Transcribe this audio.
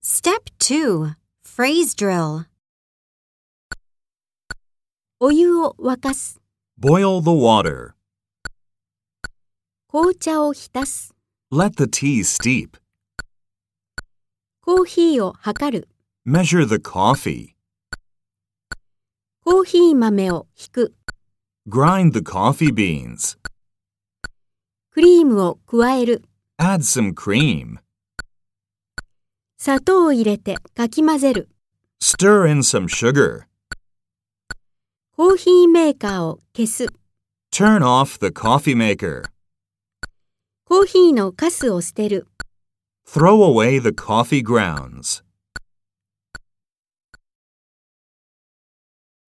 Step 2 Phrase Drill お湯を沸かす、 Boil the water. 紅茶を浸す、 Let the tea steep. コーヒーを測る、 Measure the coffee. コーヒー豆をひく、 Grind the coffee beans. クリームを加える、 Add some cream. 砂糖を入れてかき混ぜる、 Stir in some sugar. コーヒーメーカーを消す、 Turn off the coffee maker. コーヒーのカスを捨てる。 Throw away the coffee grounds.